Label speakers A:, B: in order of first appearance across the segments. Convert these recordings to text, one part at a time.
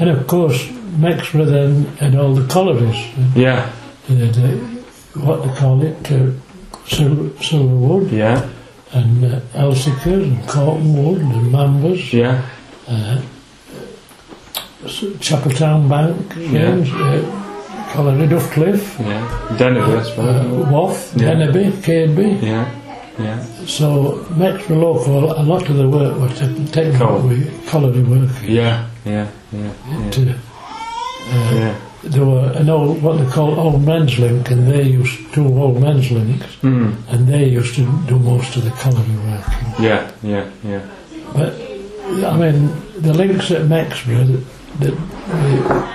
A: And of course, Max Rutherford and all the colorists,
B: Yeah,
A: they had, uh, what they call it, uh, silver, silver wood,
B: yeah,
A: and uh, elsicas, and cotton wood, and mambas,
B: yeah,
A: uh, S- Chapel Town Bank, James, uh, Colliery Duff Cliff,
B: yeah. Denver, I
A: uh,
B: suppose.
A: Waff,
B: Yeah.
A: Dennerby, Cadeby.
B: Yeah, yeah,
A: So, Max were local, a lot of the work was to take
B: Coal.
A: colliery work.
B: yeah, yeah, yeah, yeah,
A: To, uh,
B: yeah.
A: There were an old, what they call old men's link, and they used two old men's links,
B: Mm.
A: and they used to do most of the colouring work.
B: Yeah, yeah, yeah,
A: But I mean, the links at Maxborough, the, the,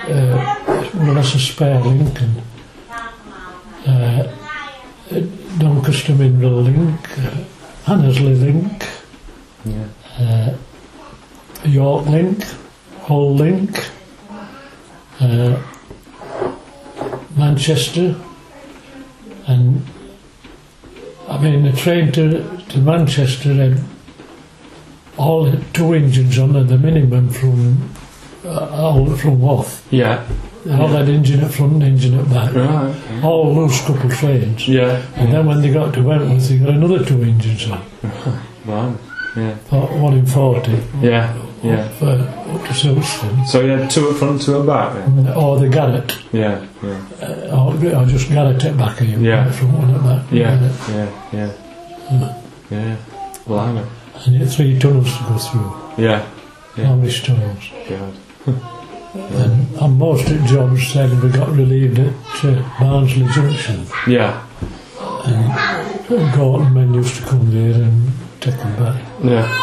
A: the, uh, more or less a spare link, and uh, Doncaster Mineral link, uh, Annesley link,
B: yeah.
A: uh, York Link, Hull Link, uh, Manchester, and I mean the train to to Manchester had all the two engines on at the minimum from uh, all from Wath.
B: Yeah,
A: They all had engine at front, engine at back,
B: right. okay.
A: all loose couple trains.
B: Yeah,
A: And then when they got to Wentworth, they got another two engines on,
B: wow. Yeah,
A: one in forty.
B: yeah, yeah.
A: for up to Silverstone,
B: So you had two up front, two up back then?
A: or the Garrett,
B: Yeah, yeah,
A: uh, or, or just Garrett at back of you,
B: Yeah.
A: from one at that,
B: yeah, yeah, yeah. Yeah, blimey.
A: and you had three tunnels to go through,
B: Yeah, Yeah.
A: longish tunnels,
B: God.
A: and, and most of the jobs said we got relieved at uh, Barnsley Junction,
B: Yeah,
A: and Gorton men used to come there and take them back,
B: yeah,